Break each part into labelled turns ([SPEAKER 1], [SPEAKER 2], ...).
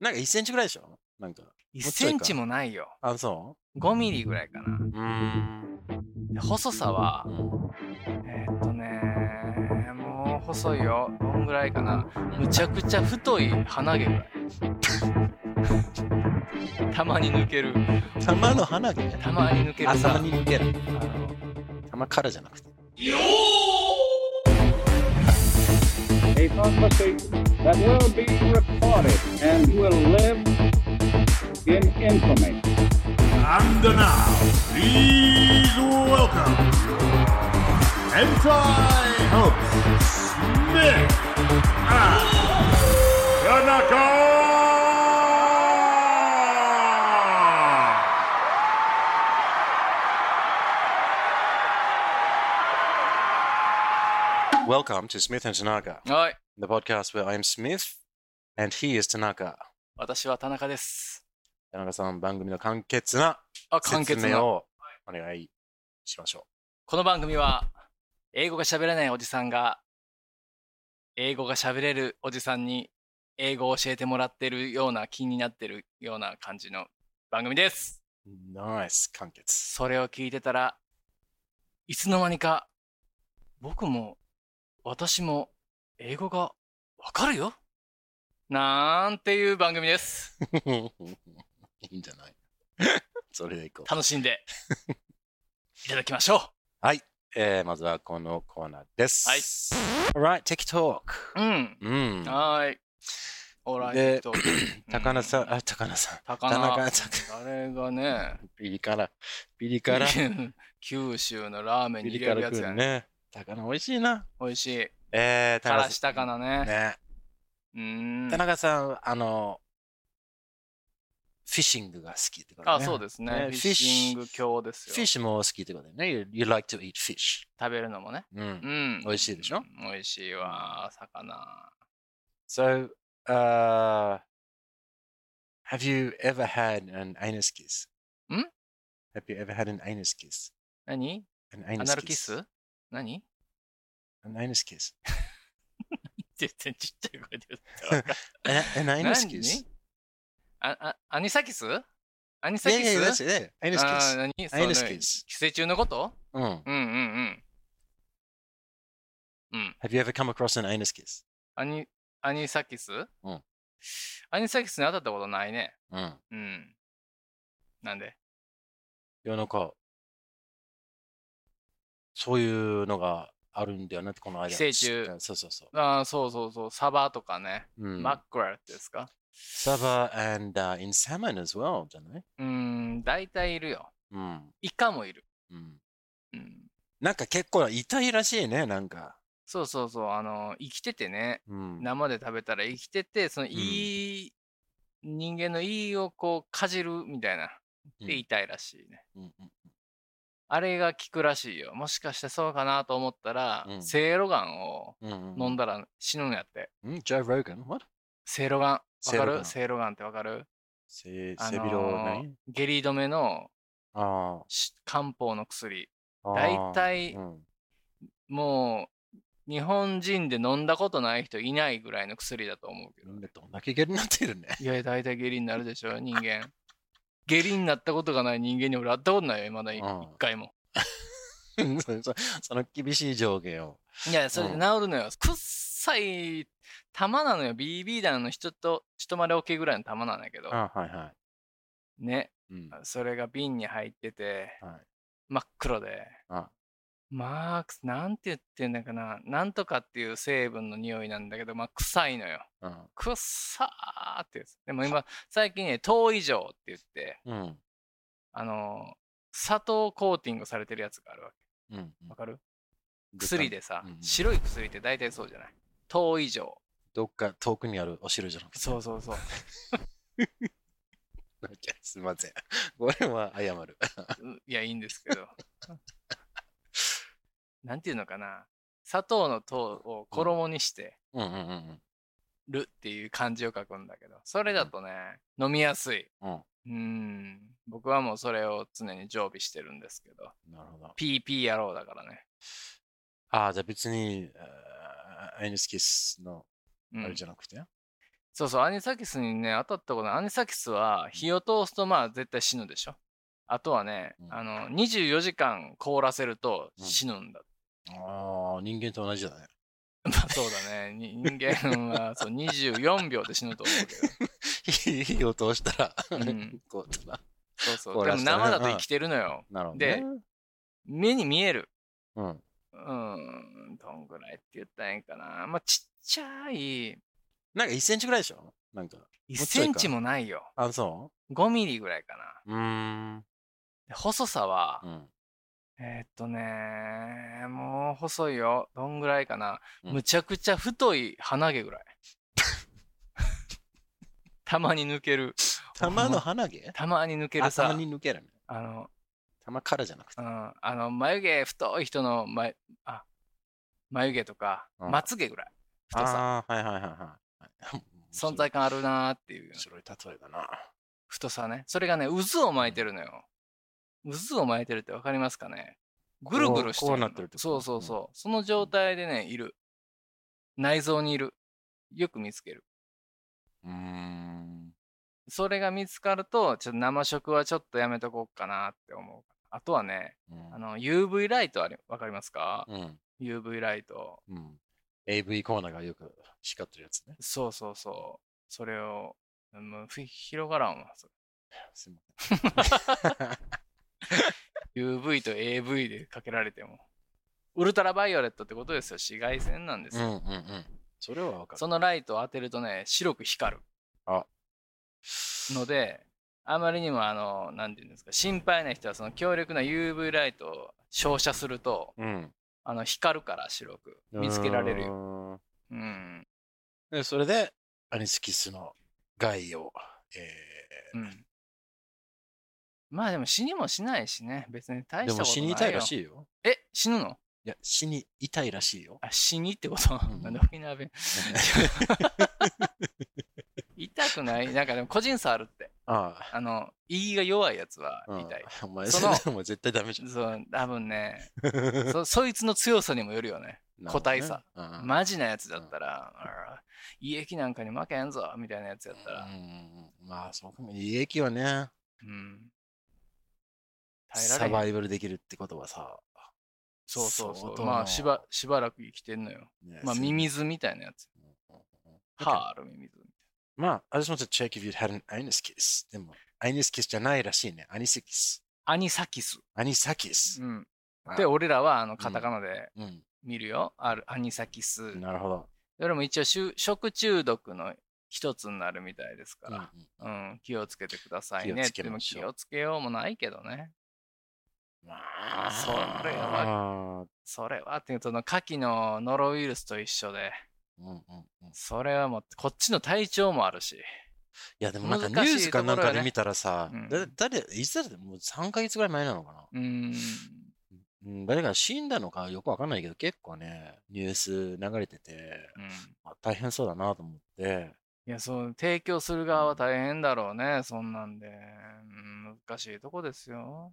[SPEAKER 1] なんか1センチぐらいでしょなんか。
[SPEAKER 2] 1センチもないよ。
[SPEAKER 1] あ、そ
[SPEAKER 2] 5ミリぐらいかな。
[SPEAKER 1] ううーん。
[SPEAKER 2] で細さは
[SPEAKER 1] う、ん
[SPEAKER 2] えーっとねもう細いよ。どんぐらいかな。むちゃくちゃ太い鼻毛ぐらい。 たまに抜ける。
[SPEAKER 1] 玉の花毛
[SPEAKER 2] たまに抜ける
[SPEAKER 1] あ、
[SPEAKER 2] さ。
[SPEAKER 1] 玉に抜ける。
[SPEAKER 2] あの
[SPEAKER 1] 玉からじゃなくて。
[SPEAKER 3] a prophecy that will be recorded and will live in infamy.
[SPEAKER 4] And now, please welcome Hentai Host Smith and Tanaka!
[SPEAKER 1] Welcome to Smith and Tanaka,
[SPEAKER 2] はい。
[SPEAKER 1] the podcast where I'm Smith and he is Tanaka.
[SPEAKER 2] 私は田中です。
[SPEAKER 1] 田中さん、番組の簡潔な
[SPEAKER 2] あ、簡
[SPEAKER 1] 説
[SPEAKER 2] 潔
[SPEAKER 1] 明
[SPEAKER 2] な。
[SPEAKER 1] をお願いしましょ
[SPEAKER 2] この番組は、英語が喋れないおじさんが、英語が喋れるおじさんに、英語を教えてもらってるような気になってるような感じの番組です。
[SPEAKER 1] う。ナイス、簡潔。
[SPEAKER 2] それを聞いてたら、いつの間にか、僕も、私も、英語がわかるよなんていう番組です。
[SPEAKER 1] いいんじゃない それでいこう。
[SPEAKER 2] 楽しんで、いただきましょ
[SPEAKER 1] えー、まずはこのコーナーです。はい。Alright, Tech Talk.
[SPEAKER 2] う。うん。
[SPEAKER 1] うん。
[SPEAKER 2] はーい。オーライ
[SPEAKER 1] で
[SPEAKER 2] トーク
[SPEAKER 1] 高菜さ、
[SPEAKER 2] うん
[SPEAKER 1] あ、高菜さん。
[SPEAKER 2] 高
[SPEAKER 1] 田
[SPEAKER 2] 菜
[SPEAKER 1] 中さん。
[SPEAKER 2] あれがね、
[SPEAKER 1] ピリ辛。ピリ 辛。
[SPEAKER 2] 九州のラーメン
[SPEAKER 1] ピ
[SPEAKER 2] に入
[SPEAKER 1] リ
[SPEAKER 2] れる
[SPEAKER 1] 辛
[SPEAKER 2] や
[SPEAKER 1] く
[SPEAKER 2] つや
[SPEAKER 1] ん
[SPEAKER 2] ね。
[SPEAKER 1] ね。高菜美味しいな。
[SPEAKER 2] 美味しい。
[SPEAKER 1] えー、
[SPEAKER 2] から
[SPEAKER 1] 高
[SPEAKER 2] し
[SPEAKER 1] 菜
[SPEAKER 2] 高菜
[SPEAKER 1] さん。
[SPEAKER 2] ね。
[SPEAKER 1] ね。
[SPEAKER 2] うーん
[SPEAKER 1] 田。中さん、あの、フィッシングが好きってことね。
[SPEAKER 2] あ、そうですね。
[SPEAKER 1] ね
[SPEAKER 2] フィッシング鏡ですよ。
[SPEAKER 1] フィッシュも好きってことだよね。You, you like to eat fish.
[SPEAKER 2] 食べるのもね。
[SPEAKER 1] うん。
[SPEAKER 2] うん。
[SPEAKER 1] 美味しいでしょ
[SPEAKER 2] うん美味しいわ、魚。
[SPEAKER 1] So, uh, have you ever had an anus kiss?
[SPEAKER 2] Hmm?
[SPEAKER 1] Have you ever had an anus kiss?
[SPEAKER 2] 何
[SPEAKER 1] An
[SPEAKER 2] ア
[SPEAKER 1] anus
[SPEAKER 2] ナルキス何
[SPEAKER 1] An anus kiss.
[SPEAKER 2] 全然ちっちゃい声で言ったわ。
[SPEAKER 1] An, an anus
[SPEAKER 2] 何
[SPEAKER 1] kiss.
[SPEAKER 2] あ、あ、アニサキスアニサ
[SPEAKER 1] Yeah,
[SPEAKER 2] キ
[SPEAKER 1] yeah,
[SPEAKER 2] ス
[SPEAKER 1] that's it. Yeah. Anus
[SPEAKER 2] あ
[SPEAKER 1] kiss.
[SPEAKER 2] ー何そ
[SPEAKER 1] Anus
[SPEAKER 2] の
[SPEAKER 1] kiss.
[SPEAKER 2] 寄生虫のこと
[SPEAKER 1] Mm.
[SPEAKER 2] うんうんうん。
[SPEAKER 1] Have you ever come across an anus kiss?
[SPEAKER 2] アニ、アニサキス
[SPEAKER 1] ん
[SPEAKER 2] アニサキスに当たったことないね。
[SPEAKER 1] Mm.
[SPEAKER 2] うん。なんで
[SPEAKER 1] いや、なんか、そういうのがあるんだよね、この間。
[SPEAKER 2] 寄生虫
[SPEAKER 1] 知ったそうそうそ
[SPEAKER 2] ああ、そうそうそう。サバとかね。
[SPEAKER 1] う。うん、
[SPEAKER 2] マックラですか
[SPEAKER 1] Saba and、uh, in salmon as well, じゃない、
[SPEAKER 2] うーん、大体いるよ。
[SPEAKER 1] うん
[SPEAKER 2] イカもいる。
[SPEAKER 1] うん、
[SPEAKER 2] うん。
[SPEAKER 1] なんか結構痛いらしいね、なんか。
[SPEAKER 2] そうそうそう。あの、生きててね。
[SPEAKER 1] うん、
[SPEAKER 2] 生で食べたら生きてて、そのいい、人間のいいをこうかじるみたいな。
[SPEAKER 1] う
[SPEAKER 2] で、
[SPEAKER 1] ん
[SPEAKER 2] 痛いらしいね。
[SPEAKER 1] うんうん
[SPEAKER 2] あれが効くらしいよ。もしかしてそうかなと思ったら、
[SPEAKER 1] うん
[SPEAKER 2] セいろがんを
[SPEAKER 1] うん
[SPEAKER 2] 飲んだら死ぬんやって。
[SPEAKER 1] うん、Joe Rogan? What?
[SPEAKER 2] セいろがん。わか
[SPEAKER 1] セイロガン
[SPEAKER 2] るセいろがんってわかる
[SPEAKER 1] せ
[SPEAKER 2] あ
[SPEAKER 1] 背
[SPEAKER 2] のー
[SPEAKER 1] 広ない
[SPEAKER 2] 下痢止めの
[SPEAKER 1] あ
[SPEAKER 2] し漢方の薬。
[SPEAKER 1] あ。
[SPEAKER 2] 大体
[SPEAKER 1] うん
[SPEAKER 2] もう、日本人で飲んだことない人いないぐらいの薬だと思うけど。
[SPEAKER 1] どんだけ下痢になってるね。
[SPEAKER 2] いや、大体下痢になるでしょ、人間。下痢になったことがない人間に俺会ったことないよ、まだ一
[SPEAKER 1] うん
[SPEAKER 2] 一回も。
[SPEAKER 1] そそその厳しい上限を。
[SPEAKER 2] いや、それで
[SPEAKER 1] うん
[SPEAKER 2] 治るのよ。くっさい玉なのよ。BB 弾の人と、一まで OK ぐらいの玉なんだけど。
[SPEAKER 1] あはいは
[SPEAKER 2] ね。
[SPEAKER 1] い。うん、
[SPEAKER 2] それが瓶に入ってて、
[SPEAKER 1] はい
[SPEAKER 2] 真っ黒で。
[SPEAKER 1] あ
[SPEAKER 2] まあ、くなんて言ってんだかな。なんとかっていう成分の匂いなんだけど、まあ、臭いのよ。
[SPEAKER 1] うん
[SPEAKER 2] くっさーってやつ。でも今、最近ね、糖以上って言って、
[SPEAKER 1] うん
[SPEAKER 2] あの、砂糖コーティングされてるやつがあるわ
[SPEAKER 1] うん
[SPEAKER 2] け。わかる薬でさ、
[SPEAKER 1] うんうん
[SPEAKER 2] 白い薬って大体そうじゃない糖以上。
[SPEAKER 1] どっか遠くにあるお城じゃなくて。
[SPEAKER 2] そうそうそう。
[SPEAKER 1] すみません。 これは謝る。
[SPEAKER 2] ういや、いいんですけど。なんていうのかな。砂糖の糖を衣にして
[SPEAKER 1] うんうんうん
[SPEAKER 2] るっていう漢字を書くんだけど、それだとね、飲みやすい。
[SPEAKER 1] うん。
[SPEAKER 2] うん。僕はもうそれを常に常備してるんですけど、
[SPEAKER 1] うん。なるほど。
[SPEAKER 2] PP 野郎だからね。
[SPEAKER 1] ああ、じゃあ別に、アイヌスキスの
[SPEAKER 2] う
[SPEAKER 1] あ
[SPEAKER 2] ん
[SPEAKER 1] れじゃなくて、
[SPEAKER 2] そうそう、アニサキスにね、当たったことない。アニサキスは火を通すとまあ絶対死ぬでしょ。あとはね、
[SPEAKER 1] うん
[SPEAKER 2] あの、24時間凍らせると
[SPEAKER 1] うん
[SPEAKER 2] 死ぬんだ。
[SPEAKER 1] ああ、人間と同じだ ね。
[SPEAKER 2] まあそうだね。に人間はそう24秒で死ぬと思うけ
[SPEAKER 1] 火を通したら、
[SPEAKER 2] ど。うん、
[SPEAKER 1] こうだな。
[SPEAKER 2] そうそう。
[SPEAKER 1] 凍
[SPEAKER 2] で
[SPEAKER 1] ら
[SPEAKER 2] も
[SPEAKER 1] せたね
[SPEAKER 2] 生だと生きてるのよ。
[SPEAKER 1] なるほど、
[SPEAKER 2] で
[SPEAKER 1] ね。
[SPEAKER 2] 目に見える。
[SPEAKER 1] うん。
[SPEAKER 2] うーん、どんぐらいって言ったらええんかな。まあちっちゃい、
[SPEAKER 1] なんか1センチぐらいでしょなんか。
[SPEAKER 2] 1
[SPEAKER 1] っちょ
[SPEAKER 2] セ
[SPEAKER 1] いか
[SPEAKER 2] ンチもないよ。
[SPEAKER 1] あ、そ
[SPEAKER 2] 5ミリぐらいかな。
[SPEAKER 1] ううーん。
[SPEAKER 2] で細さは、
[SPEAKER 1] うん。
[SPEAKER 2] えーっとねもう細いよ。どんぐらいかな。
[SPEAKER 1] うん
[SPEAKER 2] むちゃくちゃ太い鼻毛ぐらい。 たまに抜ける。
[SPEAKER 1] 玉の鼻毛
[SPEAKER 2] たまに抜ける
[SPEAKER 1] 頭
[SPEAKER 2] さ。
[SPEAKER 1] に抜けるね。
[SPEAKER 2] あの、
[SPEAKER 1] 玉からじゃなく
[SPEAKER 2] う
[SPEAKER 1] て。
[SPEAKER 2] ん、あの、眉毛太い人の眉、あ、眉毛とか、
[SPEAKER 1] うん
[SPEAKER 2] まつ毛ぐらい。太さ。
[SPEAKER 1] ああ、はいはいはい はいはい。
[SPEAKER 2] 存在感あるなーっていう
[SPEAKER 1] 面白い例えだな。
[SPEAKER 2] 太さね。それがね、渦を巻いてるのよ。渦を巻いてるってわかりますかねぐるぐるしてる
[SPEAKER 1] こ
[SPEAKER 2] の
[SPEAKER 1] うなってるってこと
[SPEAKER 2] そうそうそう。その状態でね、いる。内臓にいる。よく見つける。
[SPEAKER 1] うーん。
[SPEAKER 2] それが見つかると、ちょっと生食はちょっとやめとこうかなって思う。あとはね、
[SPEAKER 1] うん
[SPEAKER 2] あの、UV ライトあれ、わかりますか、
[SPEAKER 1] うん。
[SPEAKER 2] ?UV ライト。
[SPEAKER 1] うん。AV コーナーがよく光ってるやつね。
[SPEAKER 2] そうそうそう。それを、うん、ふ広がらんわ。それ
[SPEAKER 1] すいま
[SPEAKER 2] UV と AV でかけられても。ウルトラバイオレットってことですよ。紫外線なんです
[SPEAKER 1] せん。
[SPEAKER 2] よ。
[SPEAKER 1] うんうんうん。それはわかる。
[SPEAKER 2] そのライトを当てるとね、白く光る。
[SPEAKER 1] あ
[SPEAKER 2] ので、あまりにも、あの、なんていうんですか、心配な人は、その強力な UV ライトを照射すると、
[SPEAKER 1] うん。
[SPEAKER 2] あの、光るから白く見つけられるよ。
[SPEAKER 1] よ。
[SPEAKER 2] うん。
[SPEAKER 1] でそれで、アニスキスの害を、え
[SPEAKER 2] うん。まあでも死にもしないしね、別に
[SPEAKER 1] ー、
[SPEAKER 2] 大
[SPEAKER 1] で
[SPEAKER 2] したことな
[SPEAKER 1] も死
[SPEAKER 2] いよ。
[SPEAKER 1] にたいら
[SPEAKER 2] い。
[SPEAKER 1] しいよ。
[SPEAKER 2] え、死ぬの
[SPEAKER 1] いや、死に痛いらしい よ。
[SPEAKER 2] あ、死にってこと、
[SPEAKER 1] ん
[SPEAKER 2] なんで沖縄弁。痛くないなんかでも個人差あるって。
[SPEAKER 1] あ
[SPEAKER 2] あの、胃が弱いやつは
[SPEAKER 1] あ。うん
[SPEAKER 2] 痛い。。
[SPEAKER 1] お前、
[SPEAKER 2] そ
[SPEAKER 1] そ
[SPEAKER 2] の
[SPEAKER 1] れでも絶対ダメじゃん。
[SPEAKER 2] そう、多分ね、 そそいつの強さにもよるよね。個体差
[SPEAKER 1] なるほどね。
[SPEAKER 2] マジなやつだったら、あら胃液なんかに負けんぞ、みたいなやつやったら
[SPEAKER 1] う、んまあ、そうかも。利益はね、
[SPEAKER 2] うん。耐えら
[SPEAKER 1] サ
[SPEAKER 2] れへ
[SPEAKER 1] バ
[SPEAKER 2] ん。
[SPEAKER 1] イバルできるってことはさ、
[SPEAKER 2] そうそうそ
[SPEAKER 1] 相
[SPEAKER 2] う。
[SPEAKER 1] 当
[SPEAKER 2] まあ
[SPEAKER 1] の
[SPEAKER 2] しば、しばらく生きてんのよ。
[SPEAKER 1] ね
[SPEAKER 2] まあ、ミミズみたいなやつ。歯あるミミズ。
[SPEAKER 1] まあ、I just want to check if you had an anus kiss. でも、anus kiss じゃないらしいね。アニスキス。
[SPEAKER 2] アニサキス。
[SPEAKER 1] アニサキス
[SPEAKER 2] う。ん
[SPEAKER 1] あ。
[SPEAKER 2] で、俺らは、あの、カタカナで
[SPEAKER 1] うん。
[SPEAKER 2] 見るよ。ある、アニサキス。
[SPEAKER 1] なるほど。
[SPEAKER 2] どれも一応しゅ、食中毒の一つになるみたいですから。
[SPEAKER 1] うん
[SPEAKER 2] うん、気をつけてください
[SPEAKER 1] 気を
[SPEAKER 2] ね。
[SPEAKER 1] つけ
[SPEAKER 2] でも
[SPEAKER 1] ましょう
[SPEAKER 2] 気をつけようもないけどね。
[SPEAKER 1] まあ、
[SPEAKER 2] それはそれはっていうと、その牡蠣のノロウイルスと一緒で、
[SPEAKER 1] うんうんうん。い
[SPEAKER 2] それはもう、こっちの体調もあるし。
[SPEAKER 1] や、でもなんかニュ
[SPEAKER 2] 難しい
[SPEAKER 1] ースかなんか
[SPEAKER 2] ところよ
[SPEAKER 1] で
[SPEAKER 2] ね
[SPEAKER 1] 見たらさ
[SPEAKER 2] うん、
[SPEAKER 1] だ誰、いつだってもう3ヶ月ぐらい前なのかな。
[SPEAKER 2] うーん。
[SPEAKER 1] うん、誰が死んだのかよくわかんないけど、結構ね、ニュース流れてて、
[SPEAKER 2] うん、
[SPEAKER 1] あ大変そうだなと思って、
[SPEAKER 2] いや、そう、提供する側は大変だろうね、そんなんで。うん、難しいとこですよ。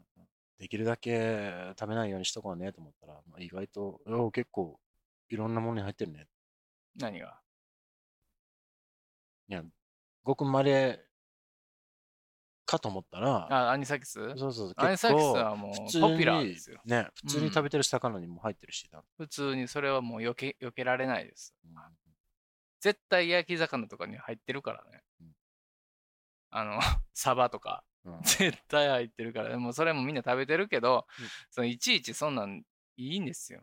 [SPEAKER 1] できるだけ食べないようにしとこうねと思ったら、まあ意外と、お結構いろんなものに入ってるね。
[SPEAKER 2] 何が
[SPEAKER 1] いや、ごくまれかと思ったら、
[SPEAKER 2] あ、アニサキス
[SPEAKER 1] そうそうそう、
[SPEAKER 2] アニサ
[SPEAKER 1] 結
[SPEAKER 2] キ
[SPEAKER 1] 構
[SPEAKER 2] スはも
[SPEAKER 1] 普
[SPEAKER 2] う
[SPEAKER 1] 通
[SPEAKER 2] ポピュラー
[SPEAKER 1] に
[SPEAKER 2] ですよ。、
[SPEAKER 1] ね、普通
[SPEAKER 2] うん
[SPEAKER 1] に食べてる魚にも入ってるしな、
[SPEAKER 2] 普通にそれはもう避け避けられないです。
[SPEAKER 1] うん
[SPEAKER 2] 絶対焼き魚とかに入ってるからね。
[SPEAKER 1] うん
[SPEAKER 2] あの、 サバとか、
[SPEAKER 1] うん
[SPEAKER 2] 絶対入ってるから、もうそれもみんな食べてるけど、
[SPEAKER 1] うん
[SPEAKER 2] そのいちいちそんなんいいんですよ。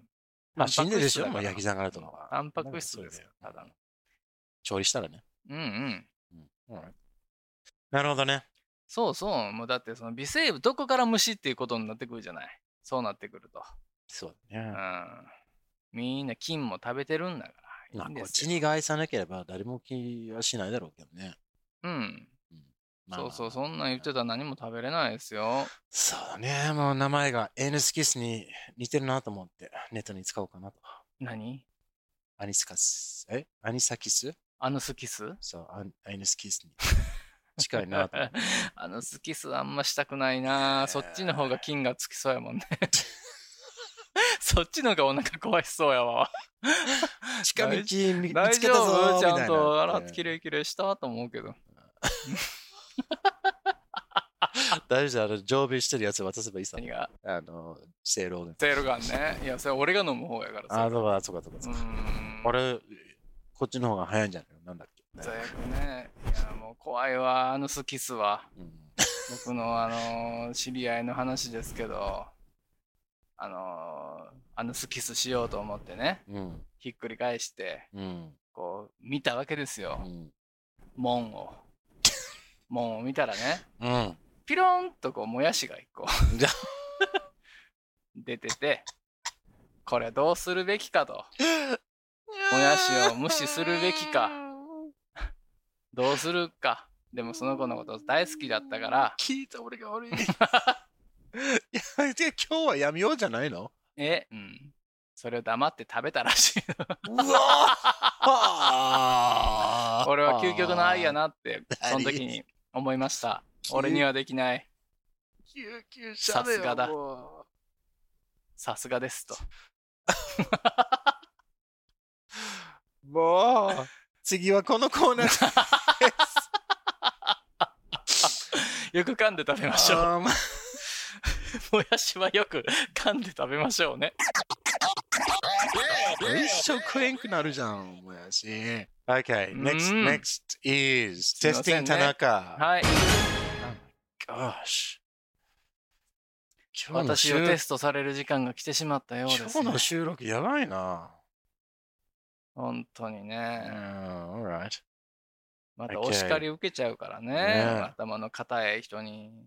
[SPEAKER 1] まあ死んでるでし
[SPEAKER 2] タ
[SPEAKER 1] ょ、
[SPEAKER 2] ン
[SPEAKER 1] も
[SPEAKER 2] パ
[SPEAKER 1] う
[SPEAKER 2] ク質だから
[SPEAKER 1] 焼き魚とかは。
[SPEAKER 2] タンパク質ですよ、
[SPEAKER 1] な
[SPEAKER 2] た
[SPEAKER 1] んかそう
[SPEAKER 2] だの
[SPEAKER 1] よ。調理したらね。
[SPEAKER 2] うんうん。
[SPEAKER 1] うん Alright なるほどね。
[SPEAKER 2] そうそう、もうだってその微生物、どこから虫っていうことになってくるじゃない。そうなってくると。
[SPEAKER 1] そうだ
[SPEAKER 2] う
[SPEAKER 1] ね。
[SPEAKER 2] ん。みんな菌も食べてるんだから。
[SPEAKER 1] ま
[SPEAKER 2] い
[SPEAKER 1] あ、
[SPEAKER 2] いんで
[SPEAKER 1] こっ
[SPEAKER 2] す
[SPEAKER 1] ち
[SPEAKER 2] よ。
[SPEAKER 1] に害さなければ誰も気はしないだろうけどね。
[SPEAKER 2] うん。
[SPEAKER 1] まあ
[SPEAKER 2] そうそう、そんなん言ってたら何も食べれないですよ。
[SPEAKER 1] そうだね。もう名前が N スキスに似てるなと思って、ネットに使おうかなと。
[SPEAKER 2] 何
[SPEAKER 1] アニスカス、えアニサキス
[SPEAKER 2] アヌスキス
[SPEAKER 1] そう、アンアニスキ スに近いなと思って。
[SPEAKER 2] あのスキスあんましたくないな、
[SPEAKER 1] えー
[SPEAKER 2] そっちの方が金がつきそうやもんね。 そっちの方がお腹壊しそうやわ。
[SPEAKER 1] 近道 見見
[SPEAKER 2] 大
[SPEAKER 1] つけ
[SPEAKER 2] 丈
[SPEAKER 1] たぞ
[SPEAKER 2] 夫
[SPEAKER 1] み
[SPEAKER 2] ち
[SPEAKER 1] たい
[SPEAKER 2] ゃ
[SPEAKER 1] なん
[SPEAKER 2] と洗ってきれいきれいしたと思うけど。
[SPEAKER 1] 大丈夫だあの常備してるやつ渡せばいいさ
[SPEAKER 2] 何が
[SPEAKER 1] あの正論
[SPEAKER 2] ゼロガンね。いや、それ俺が飲む方やから
[SPEAKER 1] あ
[SPEAKER 2] さ。
[SPEAKER 1] そうかそうかそうかそ
[SPEAKER 2] うー。
[SPEAKER 1] うんあれこっちの方が早いんじゃないのなんだっけ
[SPEAKER 2] 最悪ね。いや、もう怖いわ。あのスキスは。
[SPEAKER 1] うん
[SPEAKER 2] 僕の、あのー知り合いの話ですけど、あのーあのスキスしようと思ってね、
[SPEAKER 1] うん
[SPEAKER 2] ひっくり返して、
[SPEAKER 1] うん
[SPEAKER 2] こう、見たわけです
[SPEAKER 1] う
[SPEAKER 2] よ。
[SPEAKER 1] ん
[SPEAKER 2] 門を。 門を見たらね、
[SPEAKER 1] うん
[SPEAKER 2] ピロンとこう、もやしが一 個
[SPEAKER 1] じゃ
[SPEAKER 2] 出てて、これどうするべきかと。もやしを無視するべきか。どうするか。でもその子のこと大好きだったから、
[SPEAKER 1] 聞いた俺が悪いい やで今日はやめようじゃないの
[SPEAKER 2] え、うん。それを黙って食べたらしい。
[SPEAKER 1] うわ
[SPEAKER 2] 俺は究極の愛やなって、
[SPEAKER 1] あー
[SPEAKER 2] その時に思いました。
[SPEAKER 1] 何
[SPEAKER 2] 俺にはできない。
[SPEAKER 1] 救急
[SPEAKER 2] 車だよさすがだ
[SPEAKER 1] も
[SPEAKER 2] さすがですと。
[SPEAKER 1] うもう次はこのコーナーで
[SPEAKER 2] よく噛んで食べましょう。
[SPEAKER 1] あーま
[SPEAKER 2] もやしはよく噛んで食べましょうね。
[SPEAKER 1] 一生食えんくなるじゃんもやし Okay,
[SPEAKER 2] うん
[SPEAKER 1] next, next is
[SPEAKER 2] すいませ
[SPEAKER 1] testing
[SPEAKER 2] んね
[SPEAKER 1] 田中。
[SPEAKER 2] はい。
[SPEAKER 1] Gosh. 今日の
[SPEAKER 2] 私を
[SPEAKER 1] 収
[SPEAKER 2] テストされる時間が来てしまったようです、
[SPEAKER 1] 今日の収録やばいな。
[SPEAKER 2] 本当に
[SPEAKER 1] うん、
[SPEAKER 2] ね。
[SPEAKER 1] alright.
[SPEAKER 2] また
[SPEAKER 1] Okay
[SPEAKER 2] お叱り受けちゃうからね。
[SPEAKER 1] ね
[SPEAKER 2] 頭の硬い人に。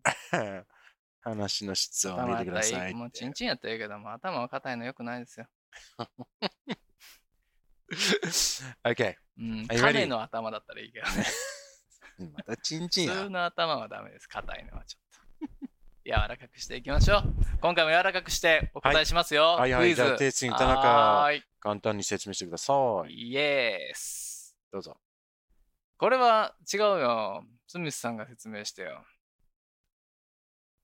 [SPEAKER 1] 話の質を
[SPEAKER 2] 頭
[SPEAKER 1] 見
[SPEAKER 2] や
[SPEAKER 1] てく
[SPEAKER 2] った
[SPEAKER 1] だ
[SPEAKER 2] ら
[SPEAKER 1] さ
[SPEAKER 2] い
[SPEAKER 1] い
[SPEAKER 2] い。もう
[SPEAKER 1] っ
[SPEAKER 2] チン
[SPEAKER 1] て。
[SPEAKER 2] チンやったらいいけども、頭は硬いのよくないですよ。
[SPEAKER 1] okay.
[SPEAKER 2] うん。
[SPEAKER 1] Are you ready?
[SPEAKER 2] 亀の頭だったらいいけどね。
[SPEAKER 1] またチンチン
[SPEAKER 2] 普
[SPEAKER 1] や
[SPEAKER 2] 通。の頭はダメです。硬いのはちょっと。 柔らかくしていきましょう。今回も柔らかくしてお答えしますよ。
[SPEAKER 1] はいはい
[SPEAKER 2] クイズ
[SPEAKER 1] じゃあテイスティング田中
[SPEAKER 2] はー
[SPEAKER 1] 簡単に説明してください。
[SPEAKER 2] い。イエス。
[SPEAKER 1] どうぞ。
[SPEAKER 2] これは違うよ。スミスさんが説明してよ。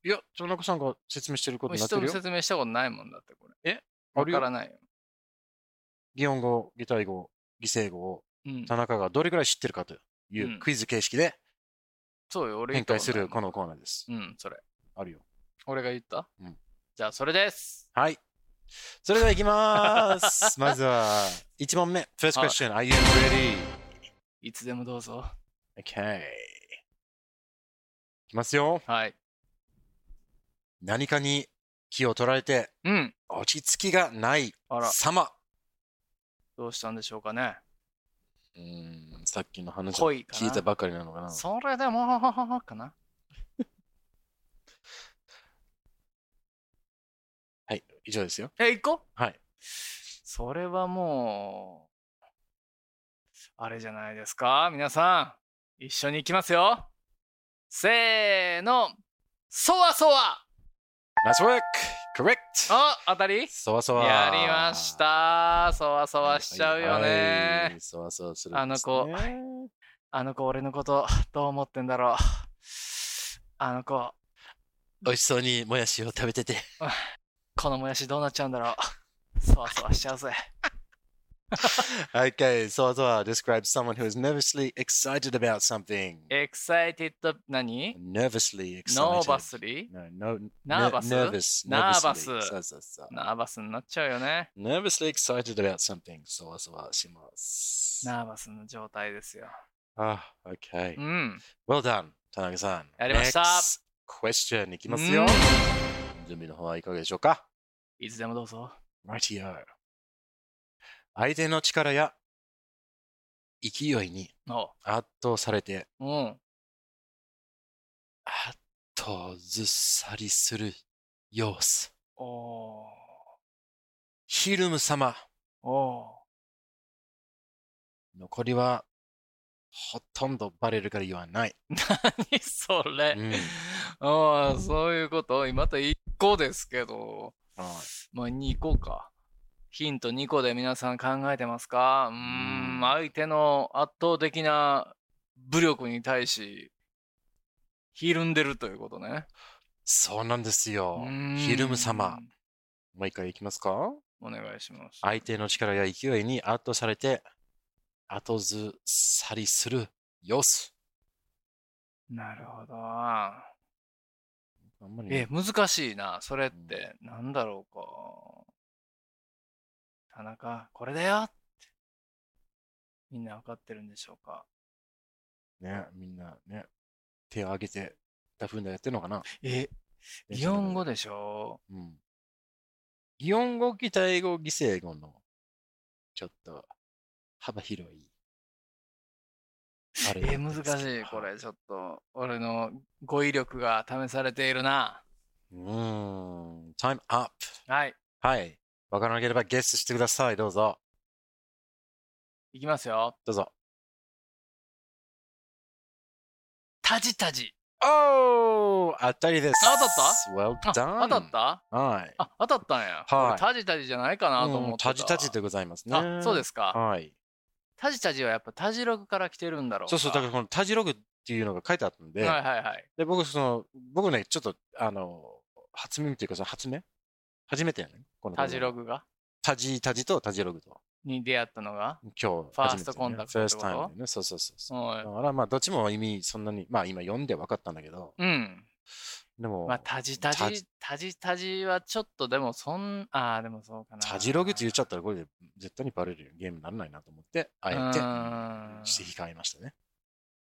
[SPEAKER 1] いや、田中さんが説明してるこ
[SPEAKER 2] ことれ
[SPEAKER 1] になっ
[SPEAKER 2] 人
[SPEAKER 1] てる
[SPEAKER 2] に
[SPEAKER 1] よ。
[SPEAKER 2] 説明したことないもんだって、これ。え
[SPEAKER 1] あ
[SPEAKER 2] わ
[SPEAKER 1] る
[SPEAKER 2] か
[SPEAKER 1] よ
[SPEAKER 2] らないよ。
[SPEAKER 1] 擬音語、擬態語、擬声語を
[SPEAKER 2] うん。
[SPEAKER 1] 田中がどれくらい知ってるかとい
[SPEAKER 2] うん
[SPEAKER 1] うクイズ形式で
[SPEAKER 2] そうよ、俺言
[SPEAKER 1] 展
[SPEAKER 2] った
[SPEAKER 1] 開
[SPEAKER 2] こと
[SPEAKER 1] す
[SPEAKER 2] ない
[SPEAKER 1] るこのコーナーです。
[SPEAKER 2] もん。うん、それ。
[SPEAKER 1] あるよ。
[SPEAKER 2] 俺が言った
[SPEAKER 1] うん
[SPEAKER 2] じゃあ、それです。
[SPEAKER 1] はい。それでは行きます まずは1問目。First
[SPEAKER 2] はい
[SPEAKER 1] question, are you ready?
[SPEAKER 2] いつでもどうぞ。
[SPEAKER 1] Okay. いきますよ。
[SPEAKER 2] はい。
[SPEAKER 1] 何かに気を取られて
[SPEAKER 2] うん。
[SPEAKER 1] 落ち着きがない
[SPEAKER 2] あら、
[SPEAKER 1] 様。
[SPEAKER 2] どうしたんでしょうかね。
[SPEAKER 1] うーんさっきの話を
[SPEAKER 2] 恋かな。
[SPEAKER 1] 聞いたばかりなのかな。
[SPEAKER 2] それでも、かな。
[SPEAKER 1] はい、以上ですよ。
[SPEAKER 2] え、一個
[SPEAKER 1] はい。
[SPEAKER 2] それはもう、あれじゃないですか皆さん、一緒に行きますよせーのそわそわ
[SPEAKER 1] Nice work! Correct!
[SPEAKER 2] あ当たり
[SPEAKER 1] そわそわ。
[SPEAKER 2] やりまし。たそわそわしちゃうよね、
[SPEAKER 1] はいはいそわそわするんですね。
[SPEAKER 2] ああの子俺のことどう思ってんだろうあの子
[SPEAKER 1] 美味しそうにもやしを食べて て。
[SPEAKER 2] このもやしどうなっちゃうんだろうそわそわしちゃう ぜ
[SPEAKER 1] Okay, Sozoa describes someone who is nervously excited about something.
[SPEAKER 2] エクサイティッド何
[SPEAKER 1] Nervously excited.
[SPEAKER 2] ノーバスリー
[SPEAKER 1] No, no,
[SPEAKER 2] Nervous?
[SPEAKER 1] Nervous.
[SPEAKER 2] Nervous.
[SPEAKER 1] nervously. そうそうそう
[SPEAKER 2] ナーバスになっちゃうよね
[SPEAKER 1] Nervously excited about something. そわそわします。
[SPEAKER 2] ナーバスの状態ですよ。
[SPEAKER 1] あ、okay.
[SPEAKER 2] うん。
[SPEAKER 1] Well done, 田中さん。
[SPEAKER 2] やりました
[SPEAKER 1] Next question いきますよ
[SPEAKER 2] うん。
[SPEAKER 1] 準備の方はいかがでしょうか
[SPEAKER 2] いつでもどうぞ。
[SPEAKER 1] ?Right here. 相手の力や勢いに
[SPEAKER 2] お
[SPEAKER 1] 圧倒されて
[SPEAKER 2] うん。
[SPEAKER 1] あっとずっさりする様子。
[SPEAKER 2] お
[SPEAKER 1] ヒルム様、
[SPEAKER 2] ーお
[SPEAKER 1] 残りはほとんどバレるから言わない。
[SPEAKER 2] ー。何それ。
[SPEAKER 1] うん
[SPEAKER 2] ああ、そういうこと。今と1個ですけど。まあ2個か。ヒント2個で皆さん考えてますかうーん
[SPEAKER 1] うん
[SPEAKER 2] 相手の圧倒的な武力に対し、ひるんでるということね。
[SPEAKER 1] そうなんですよ
[SPEAKER 2] うーん。
[SPEAKER 1] ヒルム様。もう一回いきますか
[SPEAKER 2] お願いします。
[SPEAKER 1] 相手の力や勢いに圧倒されて、後ずさりする様子。
[SPEAKER 2] なるほど。
[SPEAKER 1] あんまり
[SPEAKER 2] え、難しいな。それって、なんだろうか。田中、これだよって。みんなわかってるんでしょうか。
[SPEAKER 1] ね、みんなね、手を挙げて、ダフンダやってるのかな。
[SPEAKER 2] え、擬音語でしょ
[SPEAKER 1] うん。擬音語、擬態語、擬声語の、ちょっと、幅広い。あれ
[SPEAKER 2] え、
[SPEAKER 1] なん
[SPEAKER 2] 難
[SPEAKER 1] ですけ
[SPEAKER 2] し
[SPEAKER 1] ど
[SPEAKER 2] い。こ。れ、ちょっと、俺の語彙力が試されているな。
[SPEAKER 1] うーん。タイムアップ。
[SPEAKER 2] はい、
[SPEAKER 1] はい。わからなければゲスしてください。どうぞ。
[SPEAKER 2] いきますよ。
[SPEAKER 1] どうぞ。
[SPEAKER 2] タジタジ。
[SPEAKER 1] おー当たりです。
[SPEAKER 2] あ当
[SPEAKER 1] た
[SPEAKER 2] あ、
[SPEAKER 1] った ?Well done.
[SPEAKER 2] 当たった
[SPEAKER 1] はい。
[SPEAKER 2] あ、当たったんや。
[SPEAKER 1] はい
[SPEAKER 2] 俺タジタジじゃないかなと
[SPEAKER 1] うん
[SPEAKER 2] 思ってた。
[SPEAKER 1] タジタジでございますね。
[SPEAKER 2] あ、そうですすか。
[SPEAKER 1] はい。
[SPEAKER 2] タジタジはやっぱタジログから来てるんだろう
[SPEAKER 1] そうそう、だからこのタジログっていうのが書いてあったんで、
[SPEAKER 2] はいはいはい。
[SPEAKER 1] で、僕、その、僕ね、ちょっと、あの、初耳っていうか、その初め初めてやね。この
[SPEAKER 2] タジロ。グが
[SPEAKER 1] タジ、タジとタジログと。
[SPEAKER 2] に出会ったのが。
[SPEAKER 1] 今日、フ
[SPEAKER 2] ファーストコンタクト
[SPEAKER 1] フ
[SPEAKER 2] っ
[SPEAKER 1] ァー
[SPEAKER 2] て
[SPEAKER 1] ス
[SPEAKER 2] こ
[SPEAKER 1] トタ
[SPEAKER 2] と
[SPEAKER 1] イムね。そうそうそうそう。だ
[SPEAKER 2] お
[SPEAKER 1] からまあ、どっちも意味、そんなに、まあ今読んで分かったんだけど、
[SPEAKER 2] いうん。
[SPEAKER 1] でも、
[SPEAKER 2] まあ、タジタ
[SPEAKER 1] タ
[SPEAKER 2] ジ
[SPEAKER 1] ジ、
[SPEAKER 2] タジタジはちょっとでもそん、ああ、でもそうかな。
[SPEAKER 1] タジログって言っちゃったら、これで絶対にバレるゲームにならないなと思って、あえて
[SPEAKER 2] うー、ん
[SPEAKER 1] して控えましたね。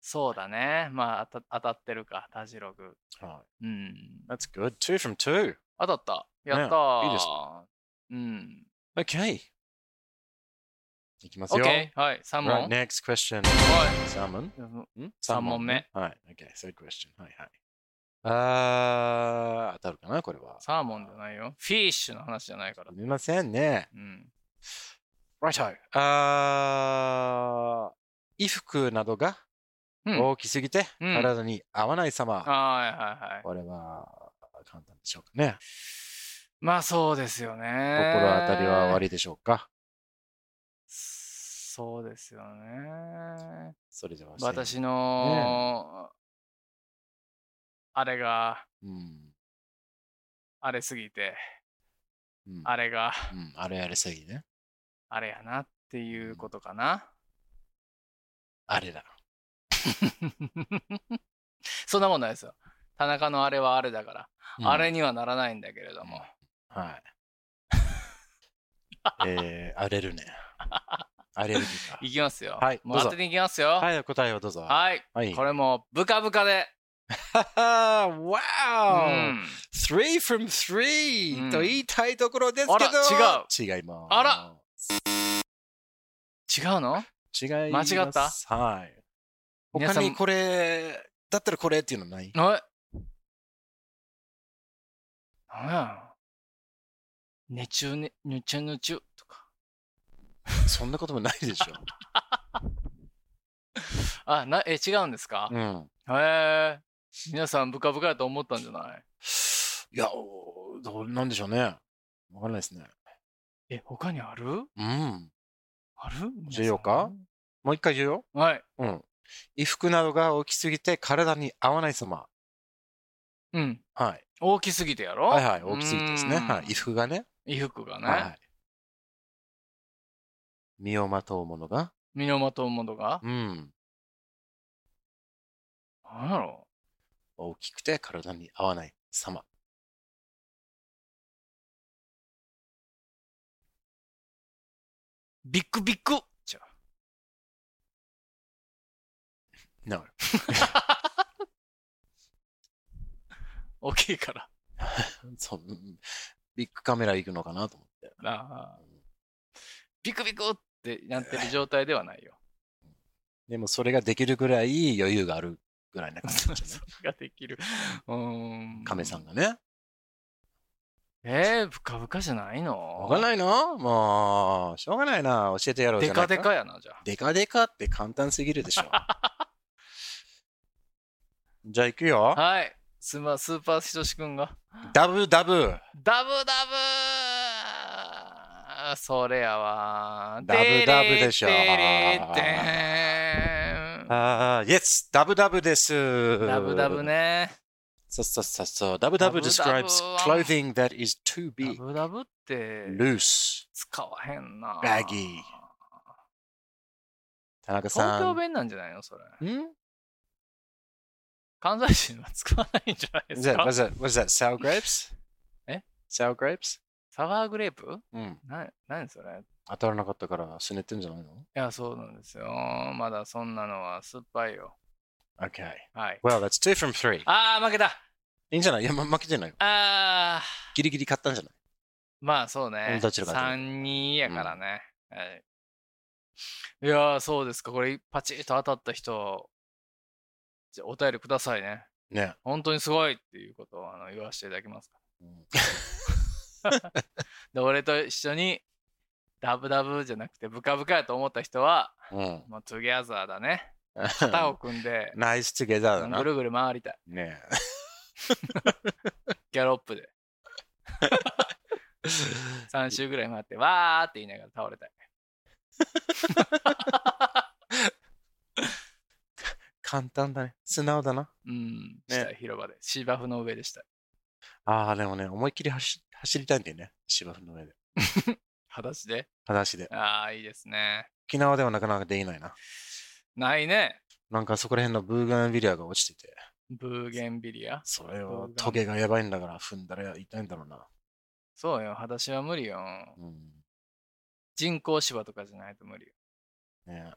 [SPEAKER 2] そうだね。まあ、当た当たってるか、タジログ。
[SPEAKER 1] は
[SPEAKER 2] うん。
[SPEAKER 1] い。That's good. Two from two.
[SPEAKER 2] 当たった。やったー、
[SPEAKER 1] ねいいです
[SPEAKER 2] うん。
[SPEAKER 1] Okay. いきますよ。
[SPEAKER 2] OK。はい、3問。
[SPEAKER 1] Right, next question.
[SPEAKER 2] は
[SPEAKER 1] サーモン
[SPEAKER 2] い。
[SPEAKER 1] ん
[SPEAKER 2] 三問目。
[SPEAKER 1] はい。Okay, third question. はいはい。あー、当たるかなこれは。
[SPEAKER 2] サーモンじゃないよ。フィッシュの話じゃないから
[SPEAKER 1] す。みませんね。
[SPEAKER 2] うん。
[SPEAKER 1] Righto. あー、衣服などが
[SPEAKER 2] うん
[SPEAKER 1] 大きすぎて
[SPEAKER 2] うん
[SPEAKER 1] 体に合わない様。
[SPEAKER 2] ああはいはいはい。
[SPEAKER 1] これは簡単でしょうかね。
[SPEAKER 2] まあそうですよね。
[SPEAKER 1] 心当たりは
[SPEAKER 2] り。
[SPEAKER 1] 悪いでしょうか
[SPEAKER 2] そうですよね。
[SPEAKER 1] それでは。
[SPEAKER 2] 私の、あれが
[SPEAKER 1] うん。
[SPEAKER 2] あれすぎて、
[SPEAKER 1] うん。
[SPEAKER 2] あれが
[SPEAKER 1] うんあれあれ詐欺ね。
[SPEAKER 2] あれやなっていうことかな。
[SPEAKER 1] あれだ。
[SPEAKER 2] そんなもんないですよ。田中のあれはあれだから、
[SPEAKER 1] うん
[SPEAKER 2] あれにはならないんだけれども。
[SPEAKER 1] はい。えー、荒れるね。荒れるか。
[SPEAKER 2] いきますよ。
[SPEAKER 1] はい
[SPEAKER 2] もう当
[SPEAKER 1] どうぞ
[SPEAKER 2] てにいきますよ。はい。
[SPEAKER 1] はい、答えをどうぞ。はい。
[SPEAKER 2] これもブカブカで。う
[SPEAKER 1] wow!
[SPEAKER 2] ん。
[SPEAKER 1] Three from three!、
[SPEAKER 2] うん
[SPEAKER 1] と言いたいところですけど、
[SPEAKER 2] あ
[SPEAKER 1] 違う違います。
[SPEAKER 2] あら違うの
[SPEAKER 1] 違います。
[SPEAKER 2] 間違った
[SPEAKER 1] はい。
[SPEAKER 2] 皆
[SPEAKER 1] 他
[SPEAKER 2] さん
[SPEAKER 1] にこれ、だったらこれっていうの ない
[SPEAKER 2] はい。なんやろ。ねちゅうね、ぬちゅぬちゅとか。
[SPEAKER 1] そんなこともないでしょ。
[SPEAKER 2] あ、な、え、違うんですか、
[SPEAKER 1] うん。
[SPEAKER 2] へえ。皆さん、ブカブカやと思ったんじゃない
[SPEAKER 1] いや、おどうなんでしょうね。わかんないですね。
[SPEAKER 2] え、他にある
[SPEAKER 1] うん。
[SPEAKER 2] ある皆さん
[SPEAKER 1] 重要かもう一回言うよ。
[SPEAKER 2] はい。
[SPEAKER 1] うん。衣服などが大きすぎて体に合わない様。
[SPEAKER 2] うん。
[SPEAKER 1] はい。
[SPEAKER 2] 大きすぎてやろ
[SPEAKER 1] はいはい。大きすぎてですね。
[SPEAKER 2] うーん
[SPEAKER 1] はい。衣服がね。
[SPEAKER 2] 衣服がね。
[SPEAKER 1] はい。身をまとうものが。
[SPEAKER 2] 身のまとうものが。
[SPEAKER 1] うん。
[SPEAKER 2] なんやろ
[SPEAKER 1] 大きくて体に合わない様。
[SPEAKER 2] ビックビックじゃあ
[SPEAKER 1] No.
[SPEAKER 2] 大きいから。
[SPEAKER 1] そう。うんビッグカメラ行くのかなと思って。
[SPEAKER 2] ああビクビクってなってる状態ではない よ。
[SPEAKER 1] でもそれができるぐらい余裕があるぐらいな感じ
[SPEAKER 2] そ
[SPEAKER 1] で
[SPEAKER 2] う
[SPEAKER 1] す
[SPEAKER 2] そ
[SPEAKER 1] ね。
[SPEAKER 2] れができる。うーん。
[SPEAKER 1] カメさん。がね。
[SPEAKER 2] えー、ぶかぶかじゃないの
[SPEAKER 1] わかんないのもう、しょうがないな。教えてやろうじ
[SPEAKER 2] で
[SPEAKER 1] ゃな
[SPEAKER 2] か
[SPEAKER 1] いか。
[SPEAKER 2] でかやな、じゃあ。
[SPEAKER 1] デカデカって簡単すぎるでし ょ。じゃあ行くよ。
[SPEAKER 2] はい。スーパースーパーひとしくんが。
[SPEAKER 1] ダブダブ。
[SPEAKER 2] ダブダブーそれやわー。
[SPEAKER 1] ダブダブでしょ
[SPEAKER 2] てれーてれーん
[SPEAKER 1] ああ、イエスダブダブです。
[SPEAKER 2] ダブダブ。ね。
[SPEAKER 1] そうそうそうそう。ダブダブ describes
[SPEAKER 2] ダブダブは
[SPEAKER 1] clothing that is too
[SPEAKER 2] ダ
[SPEAKER 1] big,
[SPEAKER 2] ブダブって
[SPEAKER 1] loose.
[SPEAKER 2] 使わへんな。
[SPEAKER 1] baggy 田中
[SPEAKER 2] 東
[SPEAKER 1] さ
[SPEAKER 2] 京
[SPEAKER 1] ん。
[SPEAKER 2] 弁なんじゃないのそれ。
[SPEAKER 1] Hmm?
[SPEAKER 2] 関西人は使わないんじゃないで
[SPEAKER 1] Is
[SPEAKER 2] す
[SPEAKER 1] that,
[SPEAKER 2] か
[SPEAKER 1] what's that, what's that, sour grapes?
[SPEAKER 2] え
[SPEAKER 1] ?sour grapes?
[SPEAKER 2] サワーグレープ
[SPEAKER 1] うん。
[SPEAKER 2] な何それ
[SPEAKER 1] 当たらなかったからすねてんじゃないの
[SPEAKER 2] いや、そうなんですよ。まだそんなのは酸っぱいよ。
[SPEAKER 1] ?Okay.
[SPEAKER 2] はい。
[SPEAKER 1] Well, that's two from three.
[SPEAKER 2] ああ、負けた。
[SPEAKER 1] いいんじゃないいや、ま、負けじゃないよ。
[SPEAKER 2] ああ、
[SPEAKER 1] ギリギリ勝ったんじゃない
[SPEAKER 2] まあそうね。
[SPEAKER 1] どちらかというと
[SPEAKER 2] 3、2やからね。はい。いやー、そうですか。これ、パチッと当たった人、じゃあお便りくださいね。
[SPEAKER 1] ね。
[SPEAKER 2] 本当にすごいっていうことをあの言わせていただけますか。
[SPEAKER 1] うん
[SPEAKER 2] で、俺と一緒に、ダブダブじゃなくて、ブカブカやと思った人は、
[SPEAKER 1] うん。、
[SPEAKER 2] もう、トゥギャザーだね。肩を組んで
[SPEAKER 1] ナイストゥゲザーだ
[SPEAKER 2] ぐ
[SPEAKER 1] な。
[SPEAKER 2] るぐる回りたい。
[SPEAKER 1] ね
[SPEAKER 2] ギャロップで。3周ぐらい回って、わーって言いながら倒れた い。
[SPEAKER 1] 簡単だね。素直だな。
[SPEAKER 2] うん、したい、広場で。芝生の上でしたい。
[SPEAKER 1] ああ、でもね、思いっきり走走りたいんだよね。芝生の上で。
[SPEAKER 2] 裸足で。
[SPEAKER 1] 裸足で。
[SPEAKER 2] ああ、いいですね。
[SPEAKER 1] 沖縄ではなかなかできないな。
[SPEAKER 2] ないね。
[SPEAKER 1] なんかそこら辺のブーガンビリアが落ちてて、
[SPEAKER 2] ブーゲンビリア。
[SPEAKER 1] それ
[SPEAKER 2] ブーガ
[SPEAKER 1] を
[SPEAKER 2] ン
[SPEAKER 1] トゲがやばいんだから踏んだら痛いんだろうな。
[SPEAKER 2] そうよ、裸足は無理よ。
[SPEAKER 1] うん。
[SPEAKER 2] 人工芝とかじゃないと無理よ。
[SPEAKER 1] ね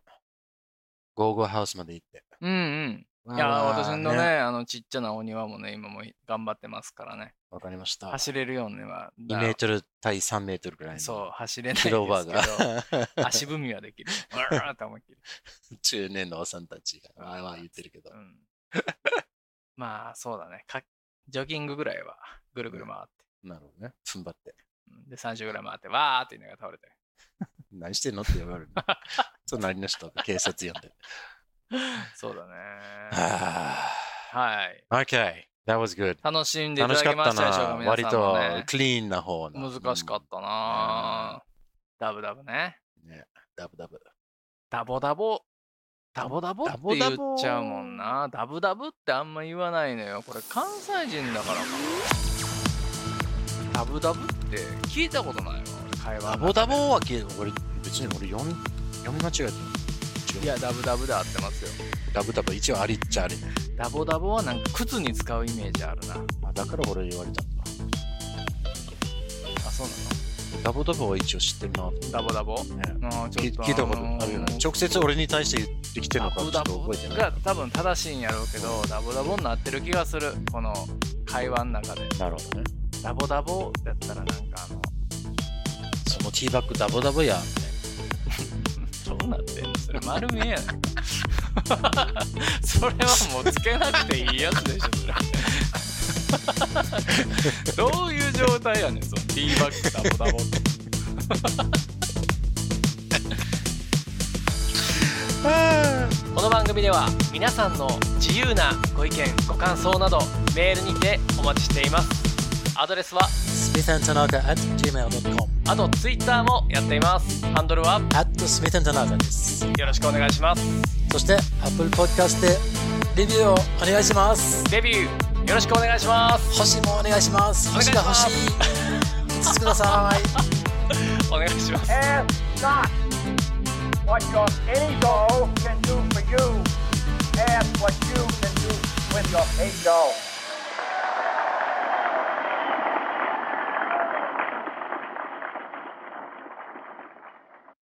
[SPEAKER 1] ゴーゴーハウスまで行って。
[SPEAKER 2] うんうん。いやー、私のね、。あの、ちっちゃなお庭もね、今も頑張ってますからね。
[SPEAKER 1] わかりました。
[SPEAKER 2] 走れるようには。
[SPEAKER 1] 2メートル対3メートルぐらいの
[SPEAKER 2] そう、走れないですけど
[SPEAKER 1] 広場が。
[SPEAKER 2] 足踏みはできる。うわーって思いっきり。
[SPEAKER 1] 中年のおっさんた ちがわーわー言ってるけど
[SPEAKER 2] う。ん、 まあ、そうだねか。ジョギングぐらいはぐるぐる回って。
[SPEAKER 1] なるほどね。踏ん張って。
[SPEAKER 2] うんで、30ぐらい回って、わーって言いながら倒れて。
[SPEAKER 1] 何してんのって言わ れるの。隣の人が警察呼んで。
[SPEAKER 2] そうだね。
[SPEAKER 1] あ
[SPEAKER 2] はい。
[SPEAKER 1] あ。Okay. That was good.
[SPEAKER 2] 楽しんでいた
[SPEAKER 1] 楽
[SPEAKER 2] だ
[SPEAKER 1] しか
[SPEAKER 2] け
[SPEAKER 1] っ
[SPEAKER 2] ま
[SPEAKER 1] た
[SPEAKER 2] したでしょうか、
[SPEAKER 1] な。
[SPEAKER 2] 皆
[SPEAKER 1] 割
[SPEAKER 2] さん
[SPEAKER 1] と
[SPEAKER 2] も、ね。
[SPEAKER 1] クリーンな方な。
[SPEAKER 2] 難しかったな、ダブダブね。
[SPEAKER 1] うん。ねダブダブ。
[SPEAKER 2] ダボダボ。ダボダボって
[SPEAKER 1] ダボダ
[SPEAKER 2] 言っ
[SPEAKER 1] ボ
[SPEAKER 2] ちゃうもんな。ダブダブってあんま言わないのよ。これ関西人だからかな。ダブダブって聞いたことないわ。俺会話
[SPEAKER 1] ダ
[SPEAKER 2] の中
[SPEAKER 1] ボ
[SPEAKER 2] で
[SPEAKER 1] ダボはけ俺、別に俺読み読み間違えてる。
[SPEAKER 2] いや、ダブダブで合ってますよ。
[SPEAKER 1] ダブダブ一応ありっちゃありね。
[SPEAKER 2] ダボダボはなんか靴に使うイメージあるな。
[SPEAKER 1] あだから俺言われたんだ。
[SPEAKER 2] あ、そう
[SPEAKER 1] ダボダボは一応知ってるな。
[SPEAKER 2] なのダボダボ
[SPEAKER 1] ね
[SPEAKER 2] うん、ちょ
[SPEAKER 1] 聞
[SPEAKER 2] っと。
[SPEAKER 1] 聞いたことあるよね。直接俺に対して言ってきてる
[SPEAKER 2] ダ
[SPEAKER 1] のかちょ
[SPEAKER 2] ボ
[SPEAKER 1] っと
[SPEAKER 2] ダボ
[SPEAKER 1] 覚えてな
[SPEAKER 2] が多分正しいんやろうけど、ダボダボになってる気がする。この会話の中で。
[SPEAKER 1] い。なるほどね。
[SPEAKER 2] ダボダボだったらなんかあの、
[SPEAKER 1] そのティーバッグダボダボや。
[SPEAKER 2] どうなってんのそれ丸見えやねそれはもうつけなくていいやつでしょそれ どういう状態やねんそのティーバッグダボダボって この番組では皆さんの自由なご意見ご感想などメールにてお待ちしていますアドレスは
[SPEAKER 1] スミ t h a n t a n a k a at gmail.com
[SPEAKER 2] あとツイッターもやっていますハンドルは
[SPEAKER 1] at s m i t h a n t a n a k a です。
[SPEAKER 2] よろしくお願いします
[SPEAKER 1] そして Apple Podcast でレビューをお願いします。
[SPEAKER 2] デビューよろしくお願いします
[SPEAKER 1] 星もお願いします。
[SPEAKER 2] 願い
[SPEAKER 1] 星
[SPEAKER 2] し
[SPEAKER 1] が
[SPEAKER 2] ま
[SPEAKER 1] 欲
[SPEAKER 2] す
[SPEAKER 1] しい。5つください。
[SPEAKER 2] お願いします
[SPEAKER 5] Ask not what your ego can do for you. Ask what you can do with your ego.